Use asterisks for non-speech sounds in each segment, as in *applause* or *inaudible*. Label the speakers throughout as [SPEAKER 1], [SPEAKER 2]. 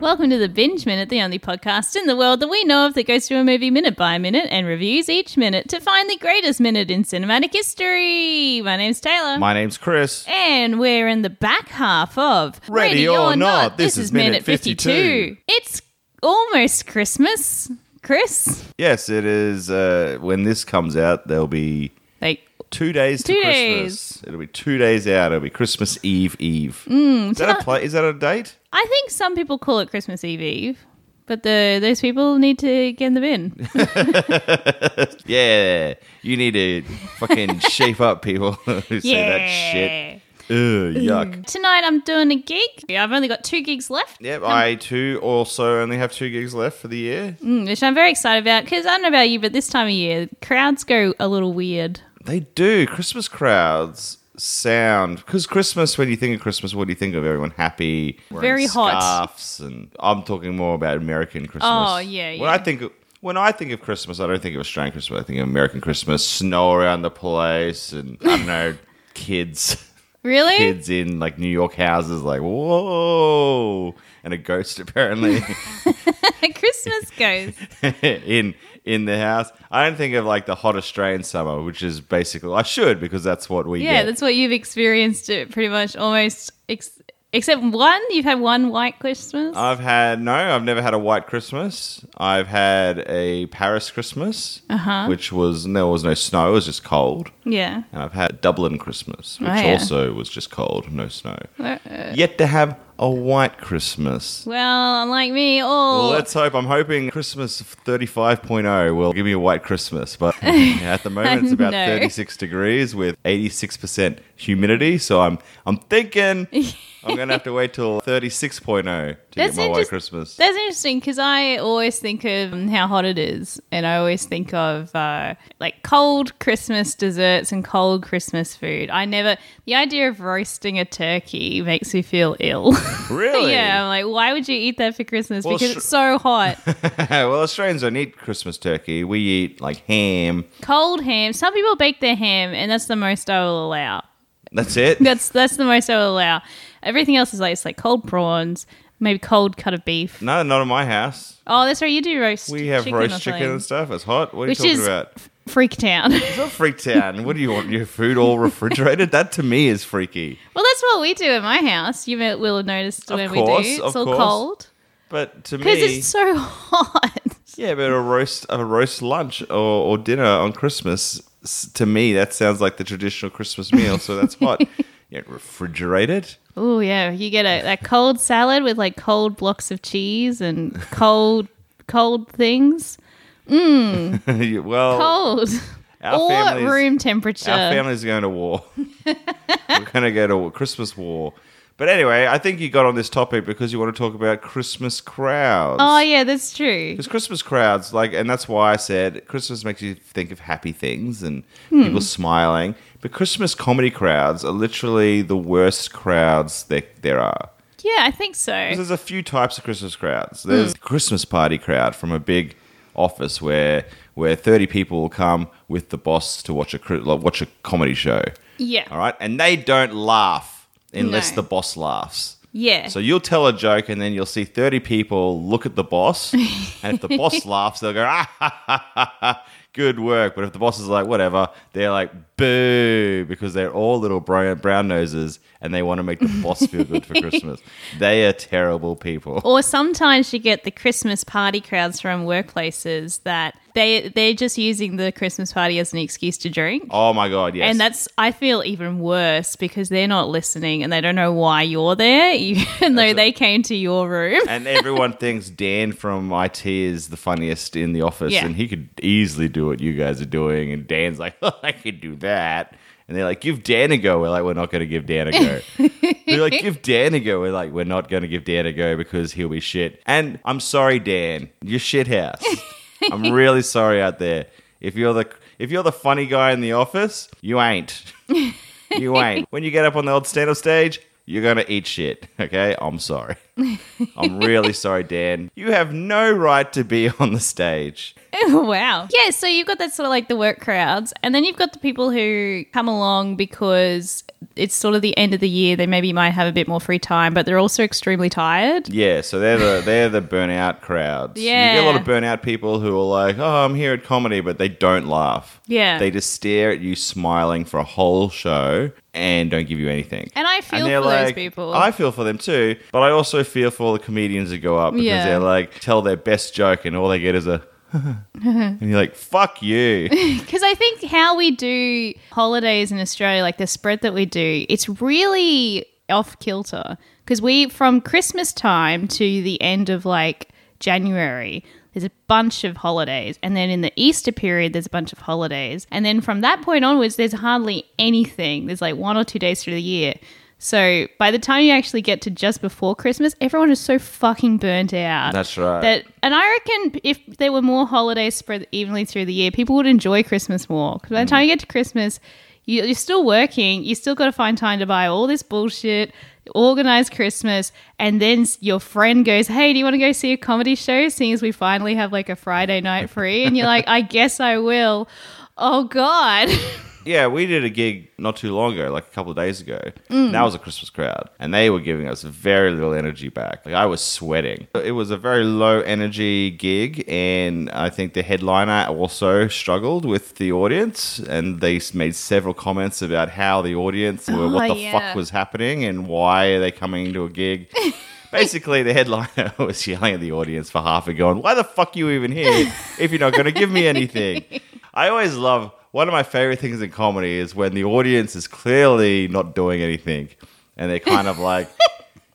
[SPEAKER 1] Welcome to the Binge Minute, the only podcast in the world that we know of that goes through a movie minute by minute and reviews each minute to find the greatest minute in cinematic history. My name's Taylor.
[SPEAKER 2] My name's Chris.
[SPEAKER 1] and we're in the back half of
[SPEAKER 2] Ready or Not, this is minute 52.
[SPEAKER 1] It's almost Christmas. Chris,
[SPEAKER 2] Yes, it is. Uh, when this comes out, there'll be
[SPEAKER 1] like,
[SPEAKER 2] two days
[SPEAKER 1] Two
[SPEAKER 2] to Christmas. It'll be two days out. It'll be Christmas Eve Eve. is that a play? Is that a date?
[SPEAKER 1] I think some people call it Christmas Eve Eve, but the those people need to get in the bin.
[SPEAKER 2] Yeah, you need to fucking shape up, people *laughs* who *laughs* say that shit. Ugh, yuck.
[SPEAKER 1] Tonight I'm doing a gig. I've only got two gigs left,
[SPEAKER 2] Yep, I too also only have two gigs left for the year.
[SPEAKER 1] mm, which I'm very excited about because I don't know about you, but this time of year, crowds go a little weird.
[SPEAKER 2] They do. Christmas crowds sound because Christmas. When you think of Christmas, what do you think of? Everyone happy, wearing
[SPEAKER 1] Very hot.
[SPEAKER 2] scarves, and I'm talking more about American Christmas.
[SPEAKER 1] Oh, yeah,
[SPEAKER 2] When
[SPEAKER 1] yeah.
[SPEAKER 2] I think of when I think of Christmas, I don't think of Australian Christmas. I think of American Christmas, snow around the place, and I
[SPEAKER 1] *laughs*
[SPEAKER 2] don't know, kids.
[SPEAKER 1] Really?
[SPEAKER 2] Kids in like New York houses, like whoa, and a ghost *laughs* apparently
[SPEAKER 1] *laughs* Christmas
[SPEAKER 2] *laughs*
[SPEAKER 1] goes.
[SPEAKER 2] in in the house. I don't think of like the hot Australian summer, which is basically I should because that's what we
[SPEAKER 1] Yeah,
[SPEAKER 2] get.
[SPEAKER 1] that's what you've experienced it pretty much almost, ex- except one. You've had one white Christmas.
[SPEAKER 2] I've had no, I've never had a white Christmas. I've had a Paris Christmas,
[SPEAKER 1] Uh-huh.
[SPEAKER 2] which was there was no snow, it was just cold.
[SPEAKER 1] yeah.
[SPEAKER 2] And I've had Dublin Christmas, which
[SPEAKER 1] Oh, yeah.
[SPEAKER 2] also was just cold, no snow.
[SPEAKER 1] Uh,
[SPEAKER 2] Yet to have a white Christmas.
[SPEAKER 1] Well, unlike me, all
[SPEAKER 2] Well, let's hope. I'm hoping Christmas 35.0 will give me a white
[SPEAKER 1] *laughs*
[SPEAKER 2] Christmas, but yeah, at the moment it's about
[SPEAKER 1] No.
[SPEAKER 2] 36 degrees with 86% humidity. So I'm I'm thinking
[SPEAKER 1] *laughs*
[SPEAKER 2] I'm gonna have to wait till 36.0 to
[SPEAKER 1] That's
[SPEAKER 2] get my white
[SPEAKER 1] interest-
[SPEAKER 2] Christmas.
[SPEAKER 1] That's interesting because I always think of um, how hot it is, and I always think of uh, like cold Christmas desserts and cold Christmas food. I never the idea of roasting a turkey makes me feel ill. *laughs*
[SPEAKER 2] Really?
[SPEAKER 1] yeah, I'm like, why would you eat that for Christmas?
[SPEAKER 2] Well,
[SPEAKER 1] because
[SPEAKER 2] sure-
[SPEAKER 1] it's so
[SPEAKER 2] *laughs*
[SPEAKER 1] hot.
[SPEAKER 2] well, Australians don't eat Christmas turkey. We eat like ham.
[SPEAKER 1] cold ham. Some people bake their ham, and that's the most I will allow.
[SPEAKER 2] That's it.
[SPEAKER 1] That's that's the most I will allow. Everything else is like it's like cold prawns, maybe cold cut of beef.
[SPEAKER 2] No, not in my house.
[SPEAKER 1] Oh, that's right. You do roast.
[SPEAKER 2] We have
[SPEAKER 1] chicken or
[SPEAKER 2] roast chicken
[SPEAKER 1] something.
[SPEAKER 2] and stuff. It's hot. What are
[SPEAKER 1] Which
[SPEAKER 2] you talking
[SPEAKER 1] is-
[SPEAKER 2] about?
[SPEAKER 1] Freaktown. *laughs*
[SPEAKER 2] It's not Freaktown. what do you want? Your food all refrigerated? that to me is freaky.
[SPEAKER 1] Well, that's what we do at my house. You may- will have noticed when
[SPEAKER 2] course,
[SPEAKER 1] we do.
[SPEAKER 2] of
[SPEAKER 1] It's all
[SPEAKER 2] course.
[SPEAKER 1] cold *laughs*
[SPEAKER 2] But to me,
[SPEAKER 1] because it's so hot.
[SPEAKER 2] yeah, but a roast, a roast lunch or, or dinner on Christmas. s- To me, that sounds like the traditional Christmas meal. So
[SPEAKER 1] *laughs*
[SPEAKER 2] that's hot. Yeah, refrigerated. *laughs*
[SPEAKER 1] oh yeah, you get a, a cold salad with like cold blocks of cheese and cold, *laughs* cold things.
[SPEAKER 2] Yeah, well,
[SPEAKER 1] Cold
[SPEAKER 2] Oh. Our
[SPEAKER 1] or
[SPEAKER 2] family's-
[SPEAKER 1] room temperature.
[SPEAKER 2] Our family's going
[SPEAKER 1] *laughs*
[SPEAKER 2] to war. We're going to go to war, Christmas war. But anyway, I think you got on this topic because you want to talk about Christmas crowds.
[SPEAKER 1] oh yeah, that's true.
[SPEAKER 2] Because Christmas crowds, like, and that's why I said Christmas makes you think of happy things and
[SPEAKER 1] Hmm.
[SPEAKER 2] people smiling. But Christmas comedy crowds are literally the worst crowds that there are.
[SPEAKER 1] Yeah, I think so.
[SPEAKER 2] There's a few types of Christmas crowds. There's
[SPEAKER 1] Hmm.
[SPEAKER 2] the Christmas party crowd from a big office where where 30 people will come with the boss to watch a cri- like, watch a comedy show.
[SPEAKER 1] Yeah,
[SPEAKER 2] All right, and they don't laugh unless
[SPEAKER 1] No. Eh.
[SPEAKER 2] the boss laughs.
[SPEAKER 1] yeah.
[SPEAKER 2] So you'll tell a joke, and then you'll see 30 people look at
[SPEAKER 1] *laughs*
[SPEAKER 2] the boss, and if the boss laughs, they'll go, ah, ha, ha, ha, ha, good work. But if the boss is like, whatever, they're like, boo, because they're all little brown, brown noses, and they want to make the boss feel good for
[SPEAKER 1] *laughs*
[SPEAKER 2] Christmas. They are terrible people.
[SPEAKER 1] Or sometimes you get the Christmas party crowds from workplaces that they they're just using the Christmas party as an excuse to drink.
[SPEAKER 2] Oh my God, yes.
[SPEAKER 1] And that's I feel even worse because they're not listening and they don't know why you're there, *laughs* even though they came to your room. *laughs*
[SPEAKER 2] and everyone thinks Dan from IT is the funniest in the office,
[SPEAKER 1] Yeah.
[SPEAKER 2] and he could easily do what you guys are doing. And Dan's like, *laughs* oh, I could do that. And they're like, give Dan a go. We're like, we're not going to give Dan a go. they're like, give Dan a go. We're like, we're not going to give Dan a go because he'll be shit. And I'm sorry, Dan, you're shit house. I'm really sorry out there. If you're the if you're the funny guy in the office, you ain't. You ain't. When you get up on the old stand up stage, you're gonna eat shit. Okay? I'm sorry. I'm really sorry, Dan. You have no right to be *laughs* on the stage.
[SPEAKER 1] wow. Yeah, so you've got that sort of like the work crowds, and then you've got the people who come along because it's sort of the end of the year. They maybe might have a bit more free time, but they're also extremely tired.
[SPEAKER 2] Yeah, so they're the they're the burnout crowds. You get a lot of burnout people who are like, "Oh, I'm here at comedy," but they don't laugh.
[SPEAKER 1] Yeah.
[SPEAKER 2] They just stare at you smiling for a whole show and don't give you anything.
[SPEAKER 1] And I feel
[SPEAKER 2] they're
[SPEAKER 1] for those
[SPEAKER 2] like,
[SPEAKER 1] people.
[SPEAKER 2] I feel for them too, but I also feel for all the comedians that go up because
[SPEAKER 1] Yeah.
[SPEAKER 2] they're like tell their best joke and all they get is a *laughs* and you're like,
[SPEAKER 1] *laughs*
[SPEAKER 2] "Fuck you."
[SPEAKER 1] Because I think how we do holidays in Australia, like the spread that we do, it's really off kilter. Because we, from Christmas time to the end of like January, there's a bunch of holidays. And then in the Easter period, there's a bunch of holidays. And then from that point onwards, there's hardly anything. There's like one or two days through the year. So by the time you actually get to just before Christmas, everyone is so fucking burnt out.
[SPEAKER 2] That's right.
[SPEAKER 1] That and I reckon if there were more holidays spread evenly through the year, people would enjoy Christmas more. Because by the time you get to Christmas, you, you're still working. You still got to find time to buy all this bullshit, organize Christmas, and then s- your friend goes, "Hey, do you want to go see a comedy show? Seeing as we finally have like a Friday night free," and you're like, "I guess I will." Oh God. *laughs*
[SPEAKER 2] Yeah, we did a gig not too long ago, like a couple of days ago. And that was a Christmas crowd, and they were giving us very little energy back. Like I was sweating. It was a very low energy gig, and I think the headliner also struggled with the audience, and they s- made several comments about how the audience were, what
[SPEAKER 1] Oh,
[SPEAKER 2] the
[SPEAKER 1] yeah.
[SPEAKER 2] fuck was happening, and why are they coming to a gig. Basically, the headliner *laughs* was yelling at the audience for half a going, Why the fuck you even here if you're not going to give me anything? I always love one of my favorite things in comedy is when the audience is clearly not doing anything and they're kind
[SPEAKER 1] *laughs*
[SPEAKER 2] of like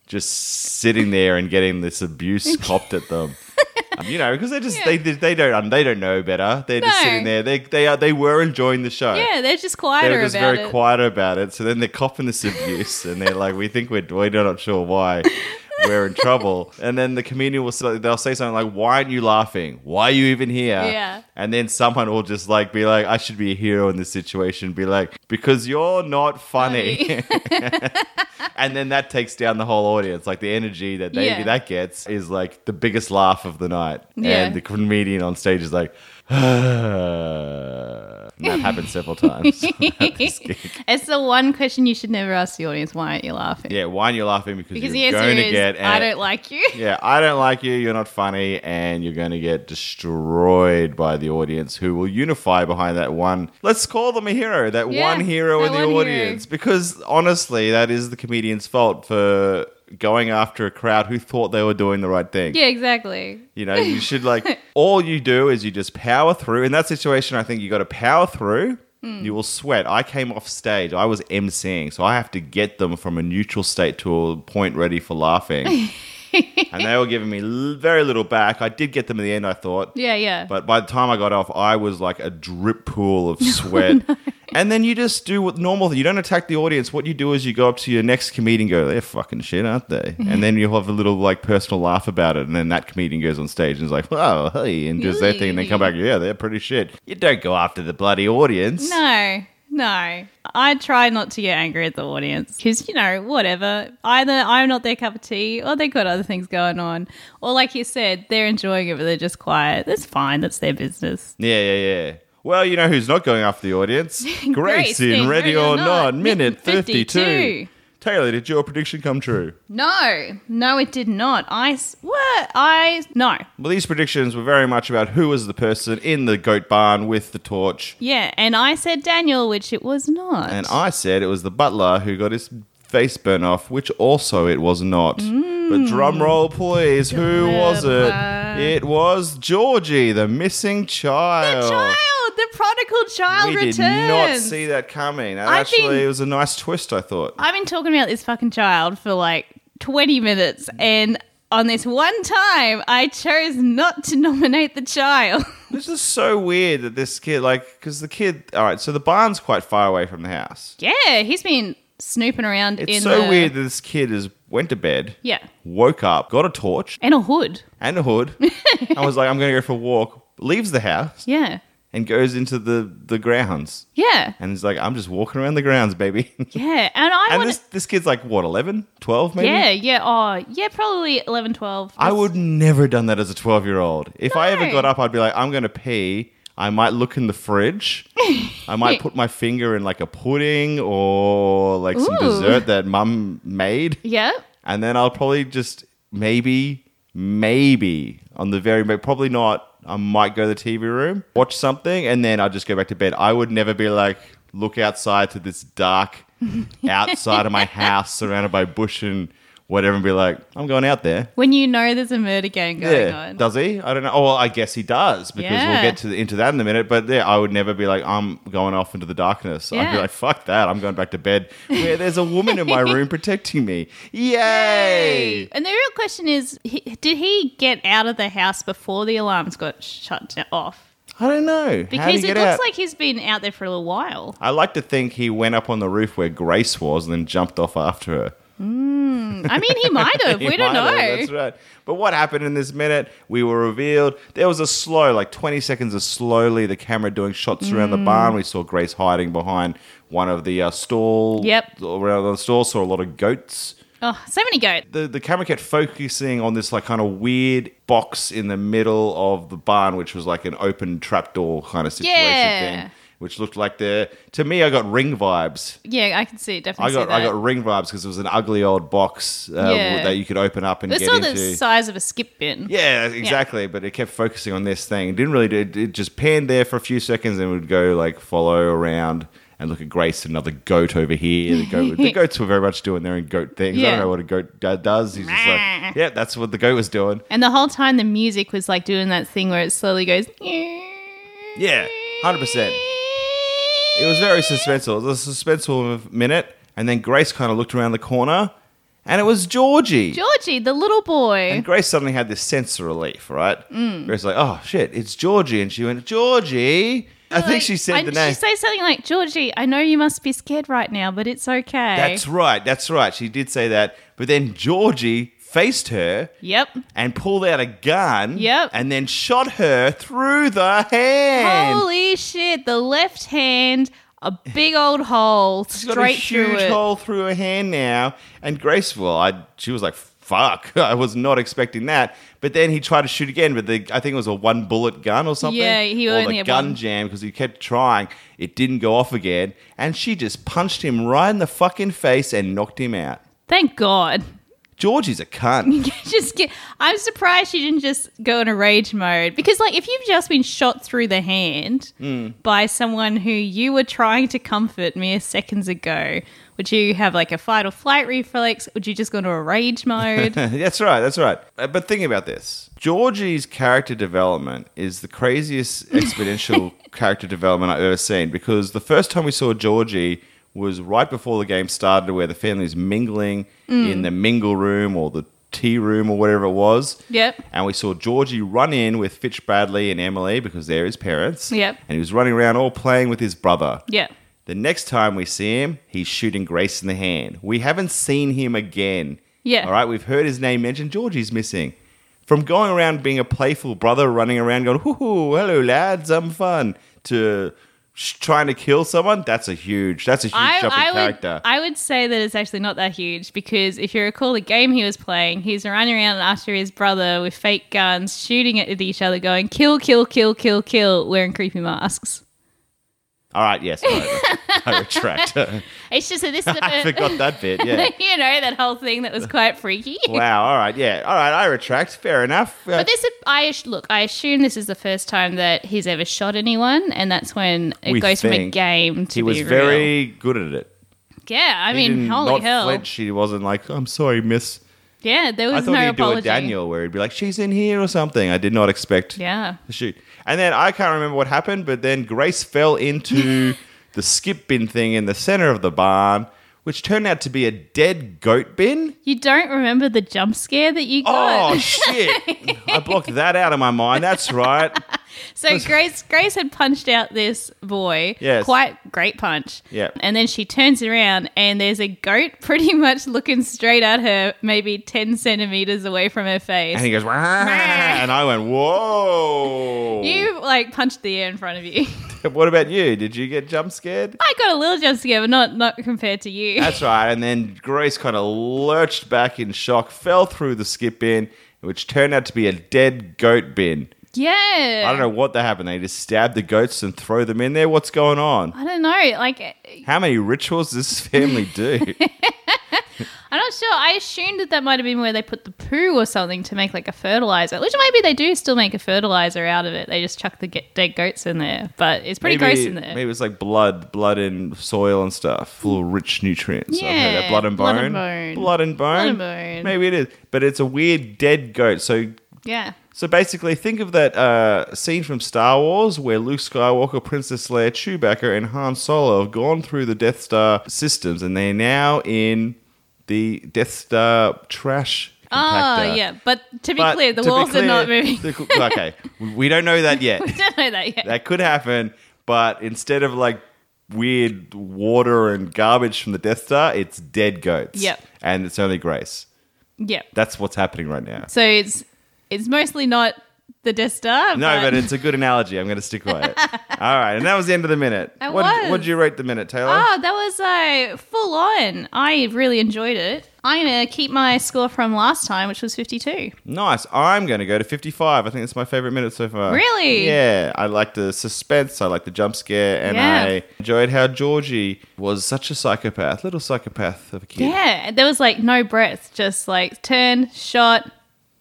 [SPEAKER 2] just sitting there and getting
[SPEAKER 1] *laughs*
[SPEAKER 2] this abuse copped at them. Um, you know, because they just they, they don't um, they don't know better. They're
[SPEAKER 1] No.
[SPEAKER 2] just sitting there. They they are they were enjoying the show.
[SPEAKER 1] Yeah, they're just
[SPEAKER 2] They
[SPEAKER 1] quieter
[SPEAKER 2] were just
[SPEAKER 1] about
[SPEAKER 2] very
[SPEAKER 1] it.
[SPEAKER 2] quiet about it. So then they're copping this abuse, and they're like, "We think we're we're not sure why we're in trouble." And then the comedian will say, they'll say something like, "Why aren't you laughing? Why are you even here?"
[SPEAKER 1] Yeah.
[SPEAKER 2] And then someone will just like be like, "I should be a hero in this situation." Be like, "Because you're not funny." *laughs*
[SPEAKER 1] *laughs*
[SPEAKER 2] and then that takes down the whole audience. Like the energy that they,
[SPEAKER 1] Yeah.
[SPEAKER 2] that gets is like the biggest laugh of the night.
[SPEAKER 1] Yeah.
[SPEAKER 2] And the comedian on stage is like. *sighs* and that happened
[SPEAKER 1] *laughs*
[SPEAKER 2] several times. at this gig.
[SPEAKER 1] It's the one question you should never ask the audience: Why aren't you laughing?
[SPEAKER 2] Yeah, why aren't you laughing? Because,
[SPEAKER 1] Because the
[SPEAKER 2] you're
[SPEAKER 1] answer
[SPEAKER 2] going to
[SPEAKER 1] is,
[SPEAKER 2] get.
[SPEAKER 1] I
[SPEAKER 2] and-
[SPEAKER 1] don't like you.
[SPEAKER 2] yeah, I don't like you. You're not funny, and you're going to get destroyed by the audience, who will unify behind that one. Let's call them a hero. That
[SPEAKER 1] Yeah,
[SPEAKER 2] one hero
[SPEAKER 1] that
[SPEAKER 2] in the
[SPEAKER 1] one hero.
[SPEAKER 2] audience, because honestly, that is the comedian's fault for going after a crowd who thought they were doing the right thing.
[SPEAKER 1] Yeah, exactly.
[SPEAKER 2] You know, you should like all you do is you just power through. In that situation, I think you got to power through. You will sweat. I came off stage. I was emceeing, so I have to get them from a neutral state to a point ready for laughing. and they were giving me l- very little back. I did get them in the end. I thought,
[SPEAKER 1] Yeah, yeah.
[SPEAKER 2] but by the time I got off, I was like a drip pool *laughs* of sweat. And then you just do what normal. You don't attack the audience. What you do is you go up to your next comedian, and go, "They're fucking shit, aren't they?" And then you'll have a little like personal laugh about it. And then that comedian goes on stage and is like, "Oh, hey," and does their thing. And they come back, "Yeah, they're pretty shit." You don't go after the bloody audience.
[SPEAKER 1] no, no. I try not to get angry at the audience because you know whatever. Either I'm not their cup of tea, or they've got other things going on, or like you said, they're enjoying it but they're just quiet. That's fine. That's their business.
[SPEAKER 2] Yeah, yeah, yeah. Well, you know who's not going after the audience? *laughs* Grace, in Ready or Not, minute 52. Taylor, did your prediction come true?
[SPEAKER 1] No, no, it did not. I s- what I no.
[SPEAKER 2] Well, these predictions were very much about who was the person in the goat barn with the torch.
[SPEAKER 1] Yeah, and I said Daniel, which it was not.
[SPEAKER 2] And I said it was the butler who got his face burnt off, which also it was not.
[SPEAKER 1] Hmm.
[SPEAKER 2] But drum roll, please. Who was it?
[SPEAKER 1] Butler.
[SPEAKER 2] It was Georgie, the missing child.
[SPEAKER 1] child, the prodigal child
[SPEAKER 2] uh, We
[SPEAKER 1] returns.
[SPEAKER 2] did not see that coming. And
[SPEAKER 1] I
[SPEAKER 2] actually,
[SPEAKER 1] think-
[SPEAKER 2] it was a nice twist, I thought.
[SPEAKER 1] I've been talking about this fucking child for like 20 minutes, and on this one time, I chose not to nominate the child. *laughs*
[SPEAKER 2] This is so weird that this kid, like, because the kid, all right, so the barn's quite far away from the house.
[SPEAKER 1] yeah, he's been snooping around
[SPEAKER 2] It's
[SPEAKER 1] in
[SPEAKER 2] so
[SPEAKER 1] the-
[SPEAKER 2] weird that this kid is went to bed,
[SPEAKER 1] Yeah,
[SPEAKER 2] woke up, got a torch,
[SPEAKER 1] and a hood.
[SPEAKER 2] and a hood. I was like, I'm going to go for a walk. Leaves the house
[SPEAKER 1] Yeah,
[SPEAKER 2] and goes into the, the grounds.
[SPEAKER 1] yeah,
[SPEAKER 2] And he's like, I'm just walking around the grounds, baby.
[SPEAKER 1] yeah. And I
[SPEAKER 2] and
[SPEAKER 1] want.
[SPEAKER 2] this, this kid's like, what, 11, 12 maybe?
[SPEAKER 1] Yeah, yeah, oh, yeah, probably 11, 12.
[SPEAKER 2] I would never have done that as a 12 year old. If I ever
[SPEAKER 1] No.
[SPEAKER 2] got up, I'd be like, I'm going to pee. I might look in
[SPEAKER 1] *laughs*
[SPEAKER 2] the fridge. I might put my finger in like a pudding or like some
[SPEAKER 1] Ooh.
[SPEAKER 2] dessert that mum made.
[SPEAKER 1] Yep.
[SPEAKER 2] And then I'll probably just maybe, maybe on the very, but probably not. I might go to the TV room, watch something, and then I'll just go back to bed. I would never be like, look outside to
[SPEAKER 1] *laughs*
[SPEAKER 2] this dark outside of my house surrounded by bush and whatever and be like, I'm going out there.
[SPEAKER 1] When you know there's a murder gang going on.
[SPEAKER 2] Does he? I don't know. Oh, well, I guess he does because we'll
[SPEAKER 1] Yeah.
[SPEAKER 2] get to the, into that in a minute. But yeah, I would never be like, I'm going off into the darkness. I'd be
[SPEAKER 1] Yeah.
[SPEAKER 2] like, fuck that. I'm going back to bed where there's a woman
[SPEAKER 1] *laughs*
[SPEAKER 2] in my room protecting me. Yay!
[SPEAKER 1] And the real question is, he, did he get out of the house before the alarms got shut d- off?
[SPEAKER 2] I don't know. How do you
[SPEAKER 1] Because it
[SPEAKER 2] get
[SPEAKER 1] looks
[SPEAKER 2] out?
[SPEAKER 1] like he's been out there for a little while.
[SPEAKER 2] I like to think he went up on the roof where Grace was and then jumped off after her.
[SPEAKER 1] I mean, he *laughs* might have.
[SPEAKER 2] He
[SPEAKER 1] we don't know.
[SPEAKER 2] might have, That's right. But what happened in this minute? We were revealed. There was a slow, like 20 seconds of slowly the camera doing shots around the barn. We saw Grace hiding behind one of the uh, stall.
[SPEAKER 1] Yep.
[SPEAKER 2] Around the stall, saw a lot of goats.
[SPEAKER 1] Oh, so many goats.
[SPEAKER 2] The, the camera kept focusing on this like kind of weird box in the middle of the barn, which was like an open trapdoor kind of situation
[SPEAKER 1] Yeah.
[SPEAKER 2] thing, which looked like the to me I got ring vibes.
[SPEAKER 1] Yeah, I can see it.
[SPEAKER 2] I
[SPEAKER 1] Definitely
[SPEAKER 2] got
[SPEAKER 1] see that.
[SPEAKER 2] I got ring vibes because it was an ugly old box uh,
[SPEAKER 1] Yeah.
[SPEAKER 2] that you could open up and
[SPEAKER 1] It's
[SPEAKER 2] get
[SPEAKER 1] all
[SPEAKER 2] into.
[SPEAKER 1] the size of a skip bin.
[SPEAKER 2] Yeah, exactly. But it kept focusing on this thing. It didn't really do it, it just panned there for a few seconds and would go like follow around and look at Grace, another goat over here. The,
[SPEAKER 1] *laughs*
[SPEAKER 2] goat, the goats were very much doing their own goat things. I
[SPEAKER 1] Yeah.
[SPEAKER 2] don't know what a goat d- does. He's just like, yeah, that's what the goat was doing.
[SPEAKER 1] And the whole time the music was like doing that thing where it slowly goes. Yeah,
[SPEAKER 2] 100%. It was very suspenseful. It was a suspenseful minute. And then Grace kind of looked around the corner and it was Georgie.
[SPEAKER 1] Georgie, the little boy.
[SPEAKER 2] And Grace suddenly had this sense of relief, right?
[SPEAKER 1] Mm.
[SPEAKER 2] Grace was like, oh shit, it's Georgie. And she went, Georgie. I think she said
[SPEAKER 1] Like,
[SPEAKER 2] the
[SPEAKER 1] I-
[SPEAKER 2] name.
[SPEAKER 1] She said something like, Georgie, I know you must be scared right now, but it's okay.
[SPEAKER 2] That's right. That's right. She did say that. But then Georgie faced her
[SPEAKER 1] yep.
[SPEAKER 2] and pulled out a gun.
[SPEAKER 1] Yep.
[SPEAKER 2] And then shot her through the hand.
[SPEAKER 1] Holy shit, the left hand, a big old
[SPEAKER 2] *laughs*
[SPEAKER 1] hole
[SPEAKER 2] She's got
[SPEAKER 1] straight
[SPEAKER 2] a huge
[SPEAKER 1] through it.
[SPEAKER 2] hole through her hand now. And graceful. I she was like, fuck. *laughs* I was not expecting that. But then he tried to shoot again, but the, I think it was a one bullet gun or something.
[SPEAKER 1] Yeah, he
[SPEAKER 2] or
[SPEAKER 1] only
[SPEAKER 2] the
[SPEAKER 1] had
[SPEAKER 2] gun
[SPEAKER 1] one.
[SPEAKER 2] jam because he kept trying. It didn't go off again. And she just punched him right in the fucking face and knocked him out.
[SPEAKER 1] Thank God. *laughs*
[SPEAKER 2] Georgie's a cunt.
[SPEAKER 1] just get, I'm surprised she didn't just go in a rage mode because like if you've just been shot through the hand
[SPEAKER 2] Hmm.
[SPEAKER 1] by someone who you were trying to comfort mere seconds ago, would you have like a fight or flight reflex? Would you just go into a rage
[SPEAKER 2] *laughs*
[SPEAKER 1] mode?
[SPEAKER 2] that's right. That's right. Uh, But think about this. Georgie's character development is the craziest exponential character development I've ever seen because the first time we saw Georgie was right before the game started, where the family's mingling in the mingle room or the tea room or whatever it was.
[SPEAKER 1] Yep.
[SPEAKER 2] And we saw Georgie run in with Fitch Bradley and Emily because they're his parents.
[SPEAKER 1] Yep.
[SPEAKER 2] And he was running around all playing with his brother.
[SPEAKER 1] yeah.
[SPEAKER 2] The next time we see him, he's shooting Grace in the hand. We haven't seen him again.
[SPEAKER 1] Yeah.
[SPEAKER 2] All right, we've heard his name mentioned. Georgie's missing. From going around being a playful brother, running around going, hoo hoo, hello lads, I'm fun, to sh- trying to kill someone, that's a huge, that's a huge
[SPEAKER 1] I,
[SPEAKER 2] jump in
[SPEAKER 1] I would
[SPEAKER 2] character.
[SPEAKER 1] I would say that it's actually not that huge because if you recall the game he was playing, he's running around after his brother with fake guns, shooting at each other, going kill, kill, kill, kill, kill, wearing creepy masks.
[SPEAKER 2] all right, yes, all right, I retract. *laughs*
[SPEAKER 1] It's just that this is
[SPEAKER 2] I
[SPEAKER 1] a-
[SPEAKER 2] forgot that bit,
[SPEAKER 1] *laughs*
[SPEAKER 2] yeah.
[SPEAKER 1] you know that whole thing that
[SPEAKER 2] *laughs*
[SPEAKER 1] was quite freaky.
[SPEAKER 2] Wow, all right, yeah, all right, I retract, fair enough. Uh,
[SPEAKER 1] But this, I ass- look. I assume this is the first time that he's ever shot anyone, and that's when it
[SPEAKER 2] We
[SPEAKER 1] goes from a
[SPEAKER 2] think
[SPEAKER 1] game to
[SPEAKER 2] he was
[SPEAKER 1] be real.
[SPEAKER 2] very good at it.
[SPEAKER 1] Yeah, I
[SPEAKER 2] He
[SPEAKER 1] mean,
[SPEAKER 2] didn't-
[SPEAKER 1] holy
[SPEAKER 2] not
[SPEAKER 1] hell.
[SPEAKER 2] flinch. He wasn't like, "Oh, I'm sorry, miss.
[SPEAKER 1] Yeah, there
[SPEAKER 2] I
[SPEAKER 1] was
[SPEAKER 2] thought
[SPEAKER 1] no
[SPEAKER 2] he'd
[SPEAKER 1] apology.
[SPEAKER 2] do a Daniel where he'd be like, "She's in here" or something. I did not expect
[SPEAKER 1] Yeah.
[SPEAKER 2] the shoot. And then I can't remember what happened, but then Grace fell into the skip bin thing in the center of the barn, which turned out to be a dead goat bin.
[SPEAKER 1] You don't remember the jump scare that you got? *laughs*
[SPEAKER 2] Oh shit! I blocked that out of my mind. That's right. *laughs*
[SPEAKER 1] so Grace, Grace had punched out this boy.
[SPEAKER 2] Yes.
[SPEAKER 1] Quite great punch.
[SPEAKER 2] Yeah.
[SPEAKER 1] And then she turns around, and there's a goat *laughs* pretty much looking straight at her, maybe ten centimeters away from her face.
[SPEAKER 2] And he goes, "Wah." and I went, "Whoa!"
[SPEAKER 1] You like punched the air in front of you.
[SPEAKER 2] *laughs*
[SPEAKER 1] *laughs*
[SPEAKER 2] What about you? Did you get jump scared?
[SPEAKER 1] I got a little jump scare, but not not compared to you.
[SPEAKER 2] That's right. And then Grace kind of lurched back in shock, fell through the skip bin, which turned out to be a dead goat bin.
[SPEAKER 1] *laughs* Yeah.
[SPEAKER 2] I don't know what that happened. They just stab the goats and throw them in there. What's going on?
[SPEAKER 1] I don't know. Like,
[SPEAKER 2] How many rituals does this family do?
[SPEAKER 1] I'm not sure. I assumed that that might have been where they put the poo or something to make like a fertilizer, which maybe they do still make a fertilizer out of it. They just chuck the get- dead goats in there, but it's *laughs* pretty gross in there.
[SPEAKER 2] Maybe it's like blood, blood and soil and stuff, full of rich nutrients. I've heard that.
[SPEAKER 1] Yeah,
[SPEAKER 2] blood and
[SPEAKER 1] blood
[SPEAKER 2] bone,
[SPEAKER 1] and bone.
[SPEAKER 2] blood and bone,
[SPEAKER 1] and bone.
[SPEAKER 2] Maybe it is, but it's a weird dead goat. So,
[SPEAKER 1] Yeah.
[SPEAKER 2] so basically, think of that uh, scene from Star Wars where Luke Skywalker, Princess Leia, Chewbacca, and Han Solo have gone through the Death Star systems, and they're now in the Death Star trash. compactor.
[SPEAKER 1] Oh, yeah. But to be
[SPEAKER 2] But
[SPEAKER 1] clear, the
[SPEAKER 2] to be
[SPEAKER 1] walls are not
[SPEAKER 2] clear,
[SPEAKER 1] moving.
[SPEAKER 2] the- okay, we don't know that
[SPEAKER 1] *laughs*
[SPEAKER 2] yet.
[SPEAKER 1] I don't know that yet.
[SPEAKER 2] that could happen, but instead of like weird water and garbage from the Death Star, it's dead goats.
[SPEAKER 1] Yep.
[SPEAKER 2] And it's only Grace.
[SPEAKER 1] yeah.
[SPEAKER 2] That's what's happening right now.
[SPEAKER 1] So it's it's mostly not the Death Star.
[SPEAKER 2] No, but it's a good analogy. I'm going to stick
[SPEAKER 1] *laughs*
[SPEAKER 2] with it. All right, and that was the end of the minute.
[SPEAKER 1] It
[SPEAKER 2] what
[SPEAKER 1] was.
[SPEAKER 2] did you rate the minute, Taylor?
[SPEAKER 1] Oh, that was uh, full on. I really enjoyed it. I'm going to keep my score from last time, which was 52.
[SPEAKER 2] Nice. I'm going to go to 55. I think it's my favorite minute so far.
[SPEAKER 1] Really?
[SPEAKER 2] Yeah. I like the suspense. I like the jump scare, and
[SPEAKER 1] Yeah.
[SPEAKER 2] I enjoyed how Georgie was such a psychopath, little psychopath of a kid.
[SPEAKER 1] Yeah, there was like no breath, just like turn, shot,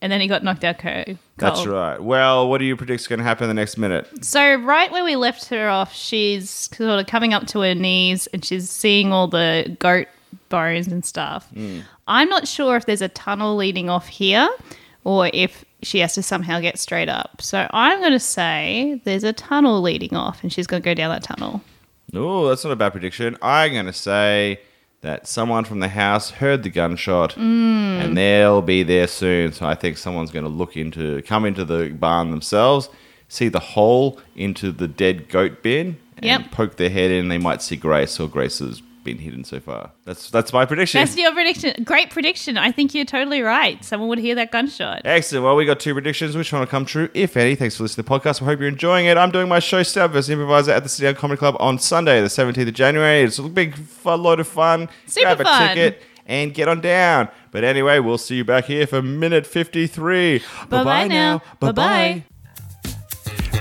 [SPEAKER 1] and then he got knocked out co- cold.
[SPEAKER 2] That's right. Well, what do you predict is going to happen in the next minute?
[SPEAKER 1] So right where we left her off, she's sort of coming up to her knees and she's seeing all the goat bones and stuff.
[SPEAKER 2] Hmm.
[SPEAKER 1] I'm not sure if there's a tunnel leading off here or if she has to somehow get straight up. So I'm going to say there's a tunnel leading off and she's going to go down that tunnel.
[SPEAKER 2] Oh, that's not a bad prediction. I'm going to say that someone from the house heard the gunshot and they'll be there soon. So I think someone's going to look into, come into the barn themselves, see the hole into the dead goat bin, and
[SPEAKER 1] Yep.
[SPEAKER 2] poke their head in. They might see Grace or Grace has been hidden so far. That's that's my prediction.
[SPEAKER 1] That's your prediction. Great prediction. I think you're totally right. Someone would hear that gunshot.
[SPEAKER 2] Excellent. Well, we got two predictions. Which one will come true, if any? Thanks for listening to the podcast. We hope you're enjoying it. I'm doing my show, Stab vs. Improviser, at the City Down Comedy Club on Sunday, the 17th of January. It's a big fun, load of fun.
[SPEAKER 1] Super
[SPEAKER 2] Grab a
[SPEAKER 1] fun.
[SPEAKER 2] ticket and get on down. But anyway, we'll see you back here for minute 53.
[SPEAKER 1] Bye-bye now. Bye-bye.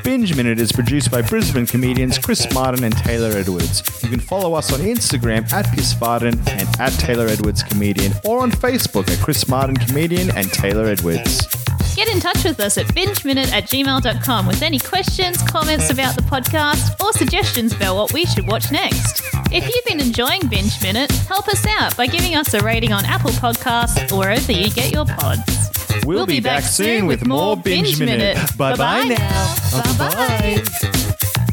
[SPEAKER 2] Binge Minute is produced by Brisbane comedians Chris Martin and Taylor Edwards. You can follow us on Instagram at Piss Martin and at Taylor Edwards Comedian or on Facebook at Chris Martin Comedian and Taylor Edwards.
[SPEAKER 1] Get in touch with us at bingeminute at gmail.com with any questions, comments about the podcast, or suggestions about what we should watch next. If you've been enjoying Binge Minute, help us out by giving us a rating on Apple Podcasts or wherever you get your pods.
[SPEAKER 2] We'll, be, back, soon with more Binge Minute. Bye bye now.
[SPEAKER 1] Bye bye.